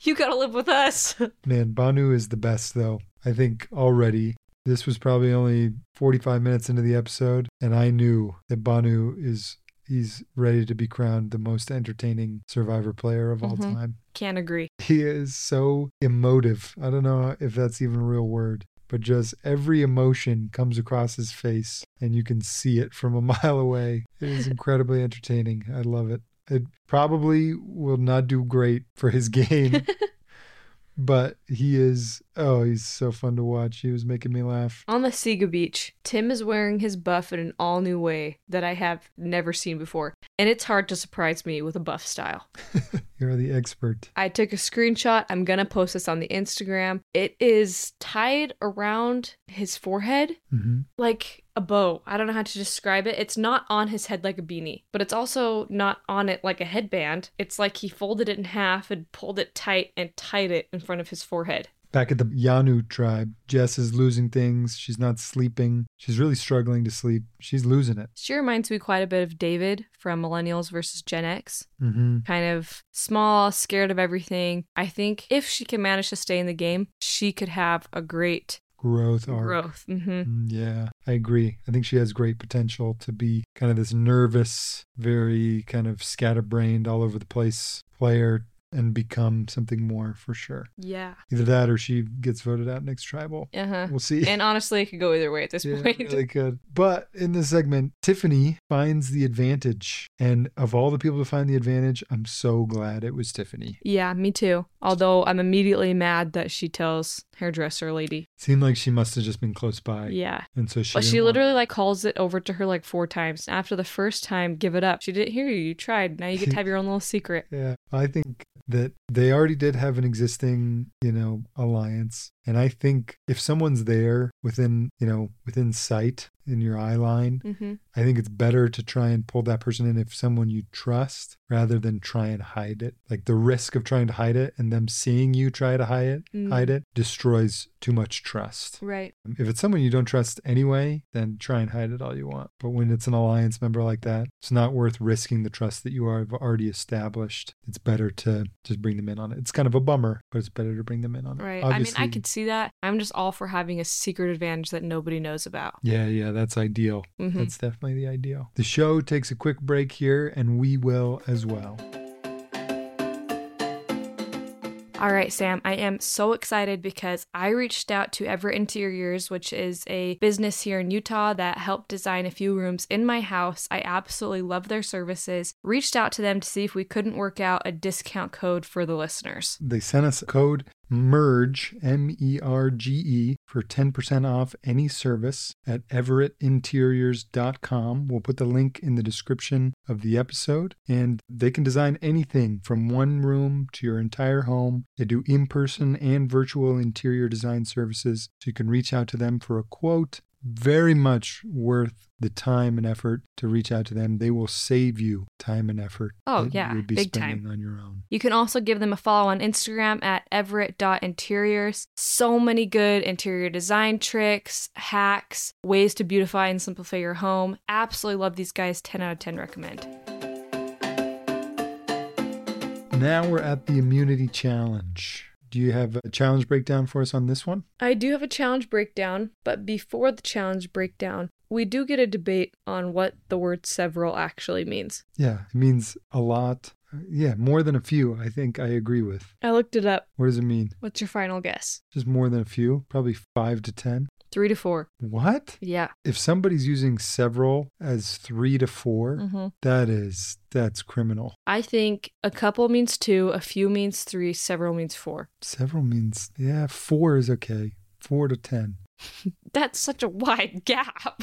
you got to live with us. Man, Banu is the best, though. I think already this was probably only 45 minutes into the episode, and I knew that Banu is he's ready to be crowned the most entertaining survivor player of all Mhm. time. Can't agree. He is so emotive. I don't know if that's even a real word, but just every emotion comes across his face and you can see it from a mile away. It is incredibly entertaining. I love it. It probably will not do great for his game, but he is, oh, he's so fun to watch. He was making me laugh. On the Sega Beach, Tim is wearing his buff in an all new way that I have never seen before, and it's hard to surprise me with a buff style. You're the expert. I took a screenshot. I'm going to post this on the Instagram. It is tied around his forehead hmm like a bow. I don't know how to describe it. It's not on his head like a beanie, but it's also not on it like a headband. It's like he folded it in half and pulled it tight and tied it in front of his forehead. Back at the Yanu tribe, Jess is losing things. She's not sleeping. She's really struggling to sleep. She's losing it. She reminds me quite a bit of David from Millennials versus Gen X. hmm Kind of small, scared of everything. I think if she can manage to stay in the game, she could have a great Growth arc. growth. hmm Mm, Yeah, I agree. I think she has great potential to be kind of this nervous, very kind of scatterbrained, all over the place player and become something more for sure. Yeah. Either that or she gets voted out next tribal. Uh huh. We'll see. And honestly, it could go either way at this Yeah, point. really good. But in this segment, Tiffany finds the advantage. And of all the people to find the advantage, I'm so glad it was Tiffany. Yeah, me too. Although I'm immediately mad that she tells hairdresser lady. Seemed like she must have just been close by. Yeah. And so she, But didn't she want- literally like calls it over to her like four times. After the first time, give it up. She didn't hear you. You tried. Now you get to have your own little secret. Yeah. I think that they already did have an existing, you know, alliance. And I think if someone's there within, you know, within sight in your eye line, Mm-hmm. I think it's better to try and pull that person in if someone you trust rather than try and hide it. Like the risk of trying to hide it and them seeing you try to hide it, Mm. hide it destroys too much trust. Right. If it's someone you don't trust anyway, then try and hide it all you want. But when it's an alliance member like that, it's not worth risking the trust that you are have already established. It's better to just bring them in on it. It's kind of a bummer, but it's better to bring them in on it. Right. I mean, I could see that. I'm just all for having a secret advantage that nobody knows about. Yeah, yeah, that's ideal. hmm That's definitely the ideal. The show takes a quick break here, and we will as well. All right, Sam, I am so excited because I reached out to Everett Interiors, which is a business here in Utah that helped design a few rooms in my house. I absolutely love their services. Reached out to them to see if we couldn't work out a discount code for the listeners. They sent us code MERGE, M E R G E, for 10% off any service at everettinteriors.com. We'll put the link in the description of the episode. And they can design anything from one room to your entire home. They do in person and virtual interior design services. So you can reach out to them for a quote. Very much worth the time and effort to reach out to them. They will save you time and effort. Oh, that yeah, You would be big time. spending on your own. You can also give them a follow on Instagram at everett.interiors. So many good interior design tricks, hacks, ways to beautify and simplify your home. Absolutely love these guys. 10 out of 10 recommend. Now we're at the immunity challenge. Do you have a challenge breakdown for us on this one? I do have a challenge breakdown, but before the challenge breakdown, we do get a debate on what the word several actually means. Yeah, it means a lot. Yeah, more than a few, I think I agree with. I looked it up. What does it mean? What's your final guess? Just more than a few, probably five to 10. Three to four. What? Yeah. If somebody's using several as three to 4 Mm-hmm. that is, that's criminal. I think a couple means two, a few means three, several means four. Several means, yeah, four is okay. Four to 10. That's such a wide gap.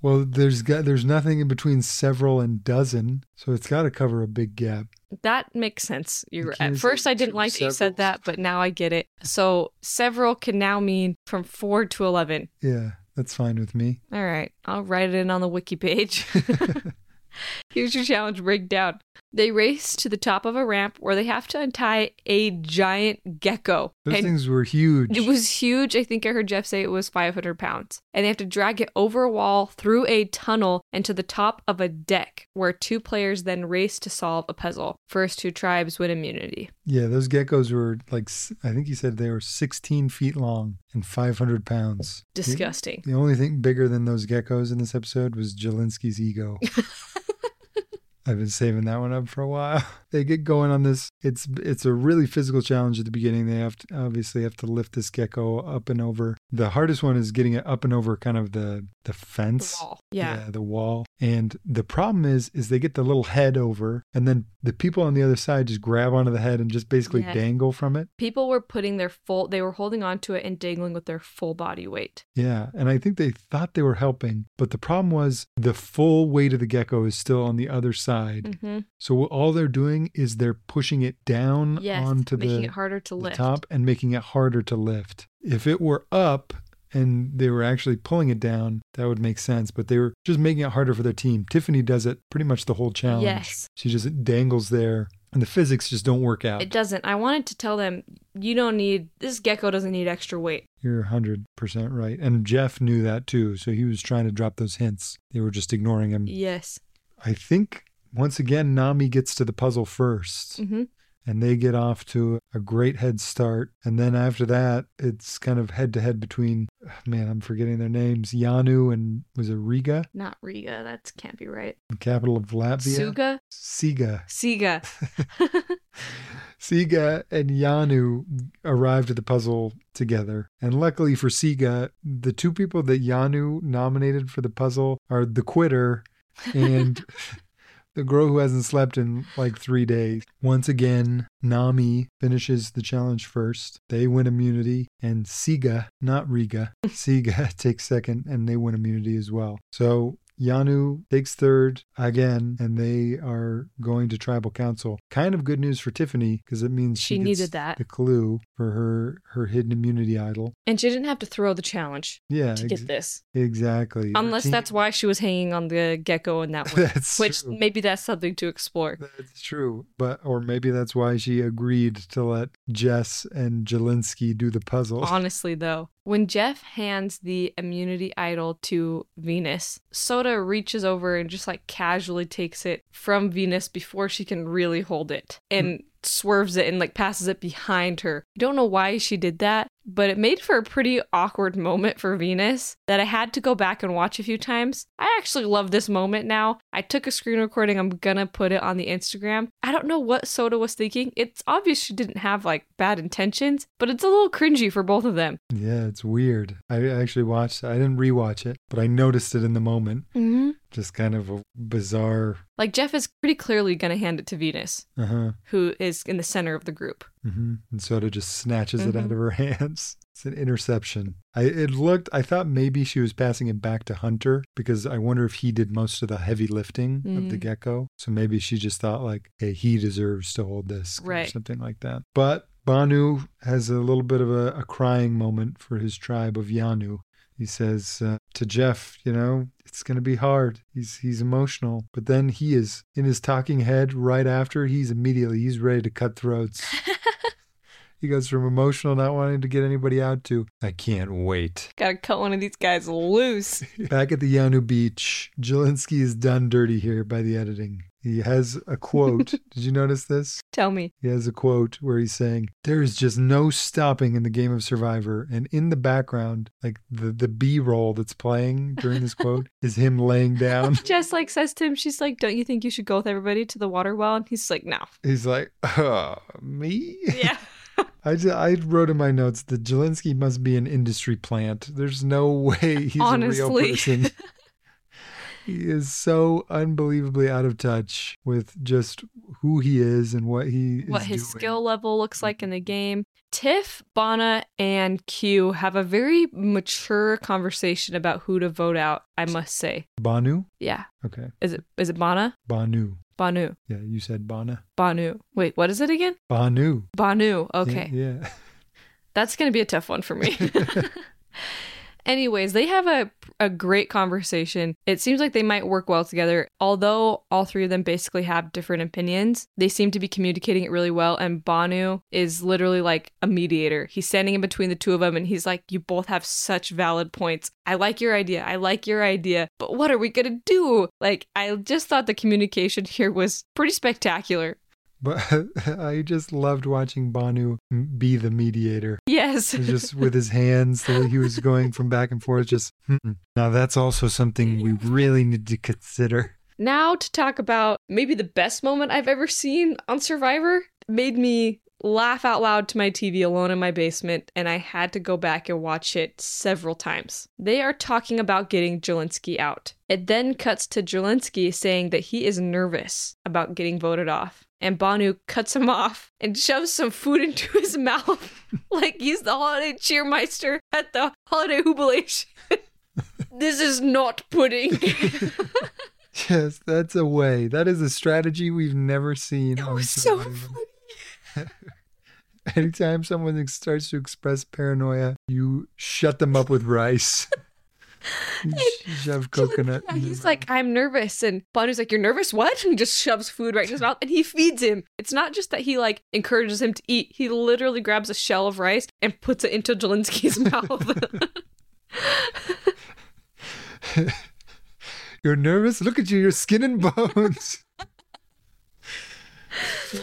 Well, there's got, there's nothing in between several and dozen, so it's got to cover a big gap. that makes sense. You You're, can't at first, say I didn't two like that you said severals. that, but now I get it. So several can now mean from four to 11. Yeah, that's fine with me. All right, I'll write it in on the wiki page. Here's your challenge breakdown. They race to the top of a ramp where they have to untie a giant gecko. Those And things were huge. it was huge. I think I heard Jeff say it was 500 pounds. And they have to drag it over a wall, through a tunnel, and to the top of a deck where two players then race to solve a puzzle. First two tribes win immunity. yeah, those geckos were like, s- I think he said they were 16 feet long and 500 pounds. The- Disgusting. The, only thing bigger than those geckos in this episode was Jelinski's ego. I've been saving that one up for a while. They get going on this. It's it's a really physical challenge at the beginning. They have to obviously have to lift this gecko up and over. The hardest one is getting it up and over kind of the the The fence. wall. Yeah. the wall. And the problem is, is they get the little head over, and then the people on the other side just grab onto the head and just basically Yeah. dangle from it. People were putting their full, they were holding onto it and dangling with their full body weight. Yeah. And I think they thought they were helping, but the problem was the full weight of the gecko is still on the other side. Mm-hmm. So all they're doing is they're pushing it down Yes. onto making the, it harder to the lift. top and making it harder to lift. If it were up and they were actually pulling it down, that would make sense. But they were just making it harder for their team. Tiffany does it pretty much the whole challenge. Yes. She just dangles there, and the physics just don't work out. It doesn't. I wanted to tell them you don't need this gecko doesn't need extra weight. You're 100% right. And Jeff knew that too. So he was trying to drop those hints. They were just ignoring him. Yes. I think once again, Nami gets to the puzzle first. hmm and they get off to a great head start. And then after that, it's kind of head to head between, man, I'm forgetting their names, Yanu and was it Riga, Not Riga. That can't be right. the capital of Latvia? Suga? Siga. Siga. Siga and Yanu arrived at the puzzle together. And luckily for Siga, the two people that Yanu nominated for the puzzle are the quitter and the girl who hasn't slept in like three days. Once again, Nami finishes the challenge first. They win immunity, and Siga, not Riga, Siga takes second, and they win immunity as well. So Yanu takes third again, and they are going to tribal council. Kind of good news for Tiffany because it means she, She gets needed that. the clue for her her hidden immunity idol. and she didn't have to throw the challenge Yeah, ex- to get this. exactly. Her Unless team- that's why she was hanging on the gecko in that way. that's Which true. maybe that's something to explore. That's true, but or maybe that's why she agreed to let Jess and Jelinski do the puzzle. Honestly, though, when Jeff hands the immunity idol to Venus, Soda reaches over and just like casually takes it from Venus before she can really hold it and swerves it and like passes it behind her. I don't know why she did that, but it made for a pretty awkward moment for Venus that I had to go back and watch a few times. I actually love this moment now. I took a screen recording, I'm gonna put it on the Instagram. I don't know what Soda was thinking. It's obvious she didn't have like bad intentions, but it's a little cringy for both of them. Yeah, it's weird. I actually watched. I didn't rewatch it, but I noticed it in the moment. Mm-hmm. Just kind of a bizarre. Like Jeff is pretty clearly gonna hand it to Venus, Uh huh. who is in the center of the group. hmm And Soda just snatches it out Mhm. of her hands. It's an interception. I it looked. I thought maybe she was passing it back to Hunter because I wonder if he did most of the heavy lifting of the Mm. gecko. So maybe she just thought like, hey, he deserves to hold this or Right. something like that. But Banu has a little bit of a, a crying moment for his tribe of Yanu. He says uh, to Jeff, you know, it's going to be hard. He's he's emotional, but then he is in his talking head right after. He's immediately he's ready to cut throats. He goes from emotional, not wanting to get anybody out to, I can't wait. Gotta cut one of these guys loose. Back at the Yanu beach, Jelinski is done dirty here by the editing. He has a quote. Did you notice this? Tell me. He has a quote where he's saying, There is just no stopping in the game of Survivor. And in the background, like the, the B roll that's playing during this quote is him laying down. Jess like says to him, she's like, "Don't you think you should go with everybody to the water well?" And he's like, "No." He's like, uh, me? Yeah. I, ju- I wrote in my notes that Jelinski must be an industry plant. There's no way he's a real Honestly. person. he is so unbelievably out of touch with just who he is and what he what is his doing. Mm. skill level looks like in the game. Tiff, Bonna, and Q have a very mature conversation about who to vote out. I must say, Banu? yeah. Okay. Is it is it Bonna? Banu. Banu. Yeah, you said Bana. Banu. Wait, what is it again? Banu. Banu. Yeah, Okay. Yeah. That's going to be a tough one for me. Anyways, they have a a great conversation. It seems like they might work well together. Although all three of them basically have different opinions, they seem to be communicating it really well and Banu is literally like a mediator. He's standing in between the two of them and he's like, "You both have such valid points. I like your idea. I like your idea. But what are we going to do?" Like I just thought the communication here was pretty spectacular. But I just loved watching Banu m- be the mediator. Yes. It was just with his hands the way he was going from back and forth just "Mm-mm. now that's also something we really need to consider Now to talk about maybe the best moment I've ever seen on Survivor made me laugh out loud to my TV alone in my basement, and I had to go back and watch it several times. They are talking about getting Jelinski out. It then cuts to Jelinski saying that he is nervous about getting voted off. And Banu cuts him off and shoves some food into his mouth like he's the holiday cheermeister at the holiday jubilation. this is not pudding. yes that's a way that is a strategy we've never seen It on was so Survivor. funny. anytime someone ex- starts to express paranoia you shut them up with rice you sh- shove coconut Yeah, in their he's like, I'm nervous. And Bono's like, You're nervous? What? And he just shoves food right in his mouth and he feeds him. It's not just that he like encourages him to eat, he literally grabs a shell of rice and puts it into Jelinski's mouth. mouth. you're nervous look at you you're skin and bones Oh,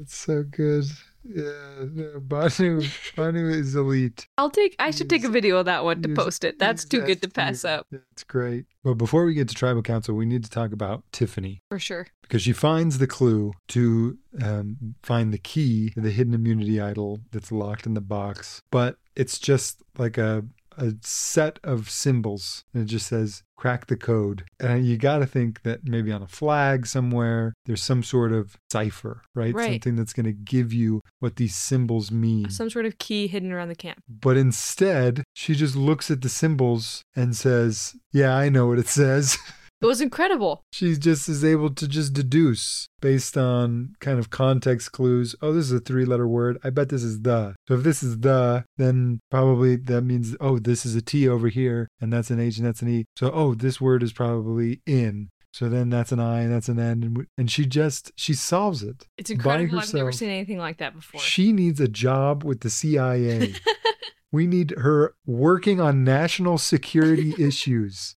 It's so good. Yeah, no, Banu, Banu is elite. I'll take. I should take a video of that one to post it. That's too good to pass up It's great. But before we get to tribal council, we need to talk about Tiffany for sure. because she finds the clue to um, find the key to the hidden immunity idol that's locked in the box. But it's just like a a set of symbols, and it just says "crack the code." And you got to think that maybe on a flag somewhere there's some sort of cipher, right? Right. Something that's going to give you what these symbols mean. Some sort of key hidden around the camp. But instead, she just looks at the symbols and says, "Yeah, I know what it says." It was incredible. she just is able to just deduce based on kind of context clues. Oh, this is a three letter word. I bet this is the. So if this is the, then probably that means, oh, this is a T over here, and that's an H and that's an E. So, oh, this word is probably in. So then that's an I and that's an N. And, w- and she just, she solves it. It's By incredible. I've never herself. seen anything like that before. She needs a job with the CIA. we need her working on national security issues,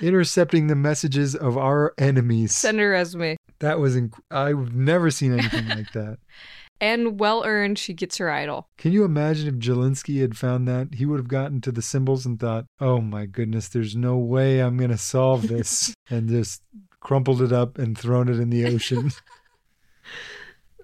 intercepting the messages of our enemies. Send her resume. That was inc- I've never seen anything like that. And well earned, she gets her idol. Can you imagine if Jelinski had found that? He would have gotten to the symbols and thought, "Oh my goodness, there's no way I'm going to solve this," and just crumpled it up and thrown it in the ocean.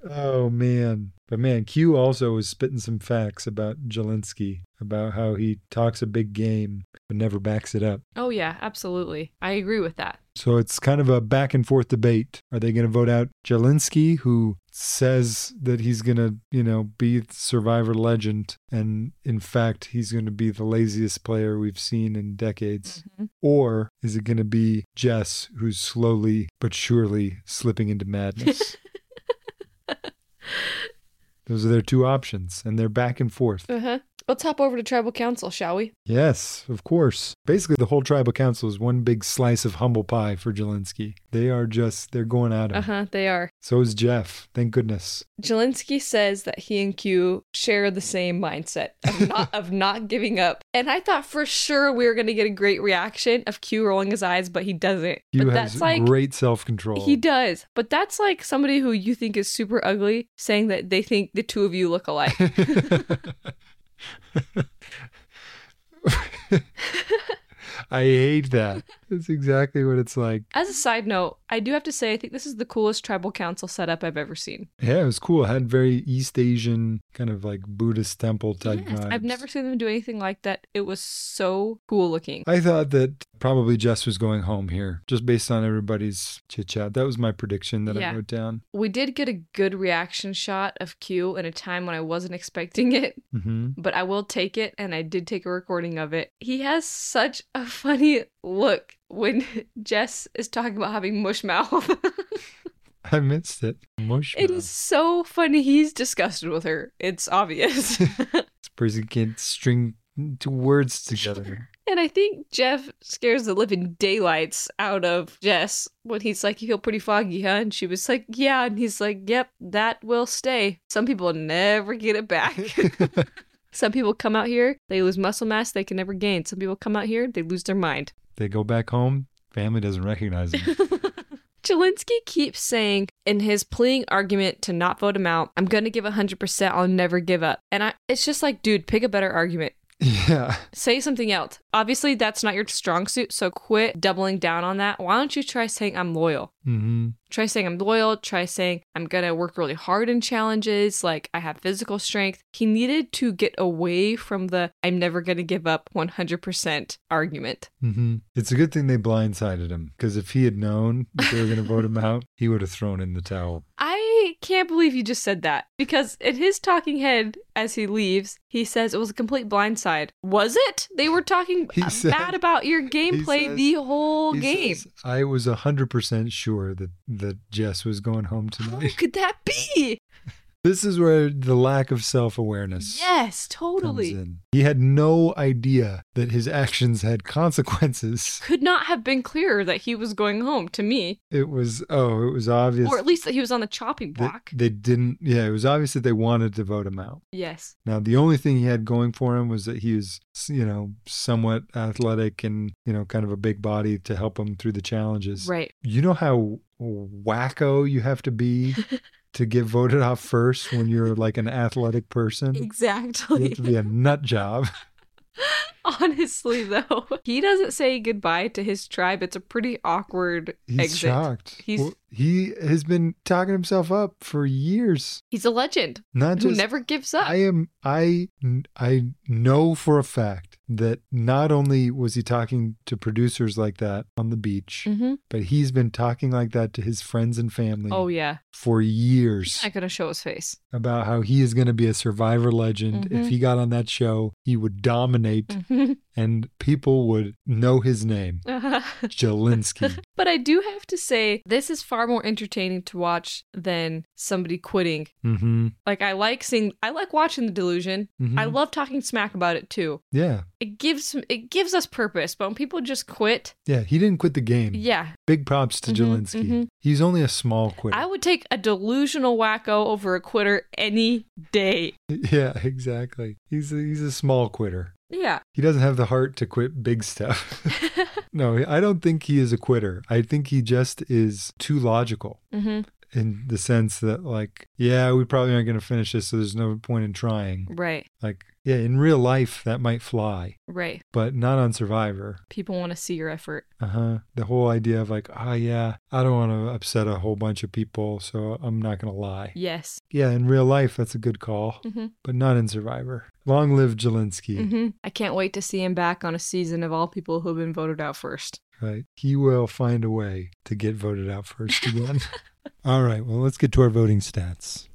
oh man. But man, Q also was spitting some facts about Jelinski, about how he talks a big game but never backs it up. Oh yeah, absolutely. I agree with that. So it's kind of a back and forth debate. Are they going to vote out Jelinski, who says that he's going to, you know, be survivor legend, and in fact, he's going to be the laziest player we've seen in decades? Or is it going to be Jess, who's slowly but surely slipping into madness? Those are their two options, and they're back and forth. Uh huh. Let's hop over to tribal council, shall we? Yes, of course. Basically, the whole tribal council is one big slice of humble pie for Jelinski. They are just, they're going at him. Uh huh. They are. So is Jeff. Thank goodness. Jelinski says that he and Q share the same mindset of not, of not giving up. And I thought for sure we were going to get a great reaction of Q rolling his eyes, but he doesn't. Hugh but has that's like great self control. he does. But that's like somebody who you think is super ugly saying that they think the two of you look alike. I hate that. That's exactly what it's like. As a side note, I do have to say I think this is the coolest tribal council setup I've ever seen. Yeah, it was cool. It had very East Asian, kind of like Buddhist temple type Yes, I've vibes. never seen them do anything like that. It was so cool looking. I thought that probably Jess was going home here, just based on everybody's chit chat. That was my prediction that Yeah. I wrote down. We did get a good reaction shot of Q in a time when I wasn't expecting it. hmm but I will take it, and I did take a recording of it. He has such a funny look when Jess is talking about having mush mouth. I missed it. Mush. it mouth. is so funny. He's disgusted with her. It's obvious. and person can't string two words together. I think Jeff scares the living daylights out of Jess when he's like, You feel pretty foggy, huh? And she was like, Yeah. And he's like, Yep, that will stay. Some people never get it back. Some people come out here, they lose muscle mass they can never gain. Some people come out here, they lose their mind. they go back home. Family doesn't recognize them. Jelinski keeps saying in his pleading argument to not vote him out, I'm going to give 100%, I'll never give up. And I, it's just like, dude, pick a better argument. yeah. Say something else. Obviously, that's not your strong suit, so quit doubling down on that. Why don't you try saying I'm loyal? hmm Try saying I'm loyal. Try saying I'm going to work really hard in challenges. Like, I have physical strength. He needed to get away from the I'm never going to give up 100% argument. hmm It's a good thing they blindsided him because if he had known that they were going to vote him out, he would have thrown in the towel. I can't believe you just said that because in his talking head as he leaves, he says it was a complete blindside. Was it? They were talking He bad said- about your gameplay says- the whole He game. says, I was hundred percent sure that that Jess was going home How tonight. could that be? this is where the lack of self awareness. Yes, Comes totally. in. He had no idea that his actions had consequences. Could not have been clearer that he was going home to me, It was oh, it was obvious. or at least that he was on the chopping that block. they didn't. Yeah, it was obvious that they wanted to vote him out. yes. Now, the only thing he had going for him was that he was, you know, somewhat athletic and, you know, kind of a big body to help him through the challenges. Right. You know how wacko you have to be to get voted off first when you're like an athletic person. You Exactly. have to be a nut job. Honestly, though, he doesn't say goodbye to his tribe. It's a pretty awkward He's exit. shocked. He's- Well, he has been talking himself up for years. He's a legend Not who just never gives up. I am I I know for a fact that not only was he talking to producers like that on the beach, hmm but he's been talking like that to his friends and family Oh, yeah. for years He's not going to show his face. about how he is going to be a survivor legend. If Mhm. he got on that show, he would dominate Mhm. and people would know his name, Jelinski. but I do have to say, this is far more entertaining to watch than somebody quitting. hmm Like, I like seeing, I like watching The Delusion. I Mm. love talking smack about it too. mm-hmm. yeah. It gives it gives us purpose, but when people just quit, Yeah, he didn't quit the game. yeah, Big props to Mhm, Jelinski. mhm. He's only a small quitter. I would take a delusional wacko over a quitter any day. Yeah, exactly. He's a, he's a small quitter. Yeah. He doesn't have the heart to quit big stuff. no, I don't think he is a quitter. I think he just is too logical hmm in the sense that like, yeah, we probably aren't going to finish this, so there's no point in trying. Right. Like, yeah, in real life that might fly, Right. but not on Survivor. People want to see your effort. Uh-huh. The whole idea of like, oh yeah, I don't want to upset a whole bunch of people, so I'm not going to lie. Yes. Yeah, in real life that's a good call, hmm but not in Survivor. Long live Jelinski. hmm I can't wait to see him back on a season of all people who have been voted out first. Right. He will find a way to get voted out first again. All right. Well, let's get to our voting stats.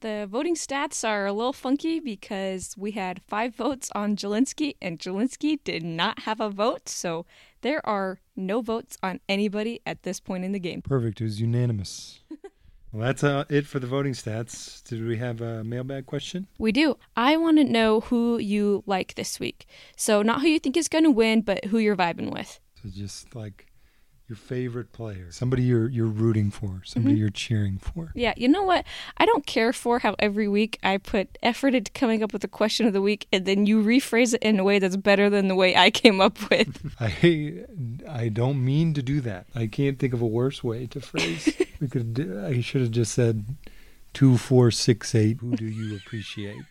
The voting stats are a little funky because we had five votes on Jelinski, and Jelinski did not have a vote, so there are no votes on anybody at this point in the game. Perfect. It was unanimous. Well, that's uh, it for the voting stats. Did we have a mailbag question? We do. I want to know who you like this week. So, not who you think is going to win, but who you're vibing with. So just like your favorite player, somebody you're you're rooting for, somebody you're cheering for. Yeah, you know what? I don't care for how every week I put effort into coming up with a question of the week, and then you rephrase it in a way that's better than the way I came up with. I I don't mean to do that. I can't think of a worse way to phrase. we could. I should have just said two, four, six, eight. Who do you appreciate?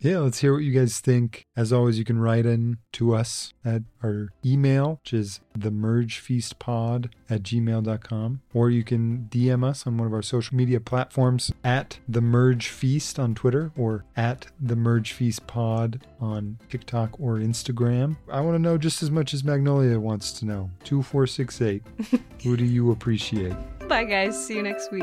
yeah, let's hear what you guys think. As always, you can write in to us at our email, which is themergefeastpod at gmail.com, or you can DM us on one of our social media platforms at the Merge Feast on Twitter or at the Merge Feast Pod on TikTok or Instagram. I want to know just as much as Magnolia wants to know. 2468. Who do you appreciate? Bye, guys. See you next week.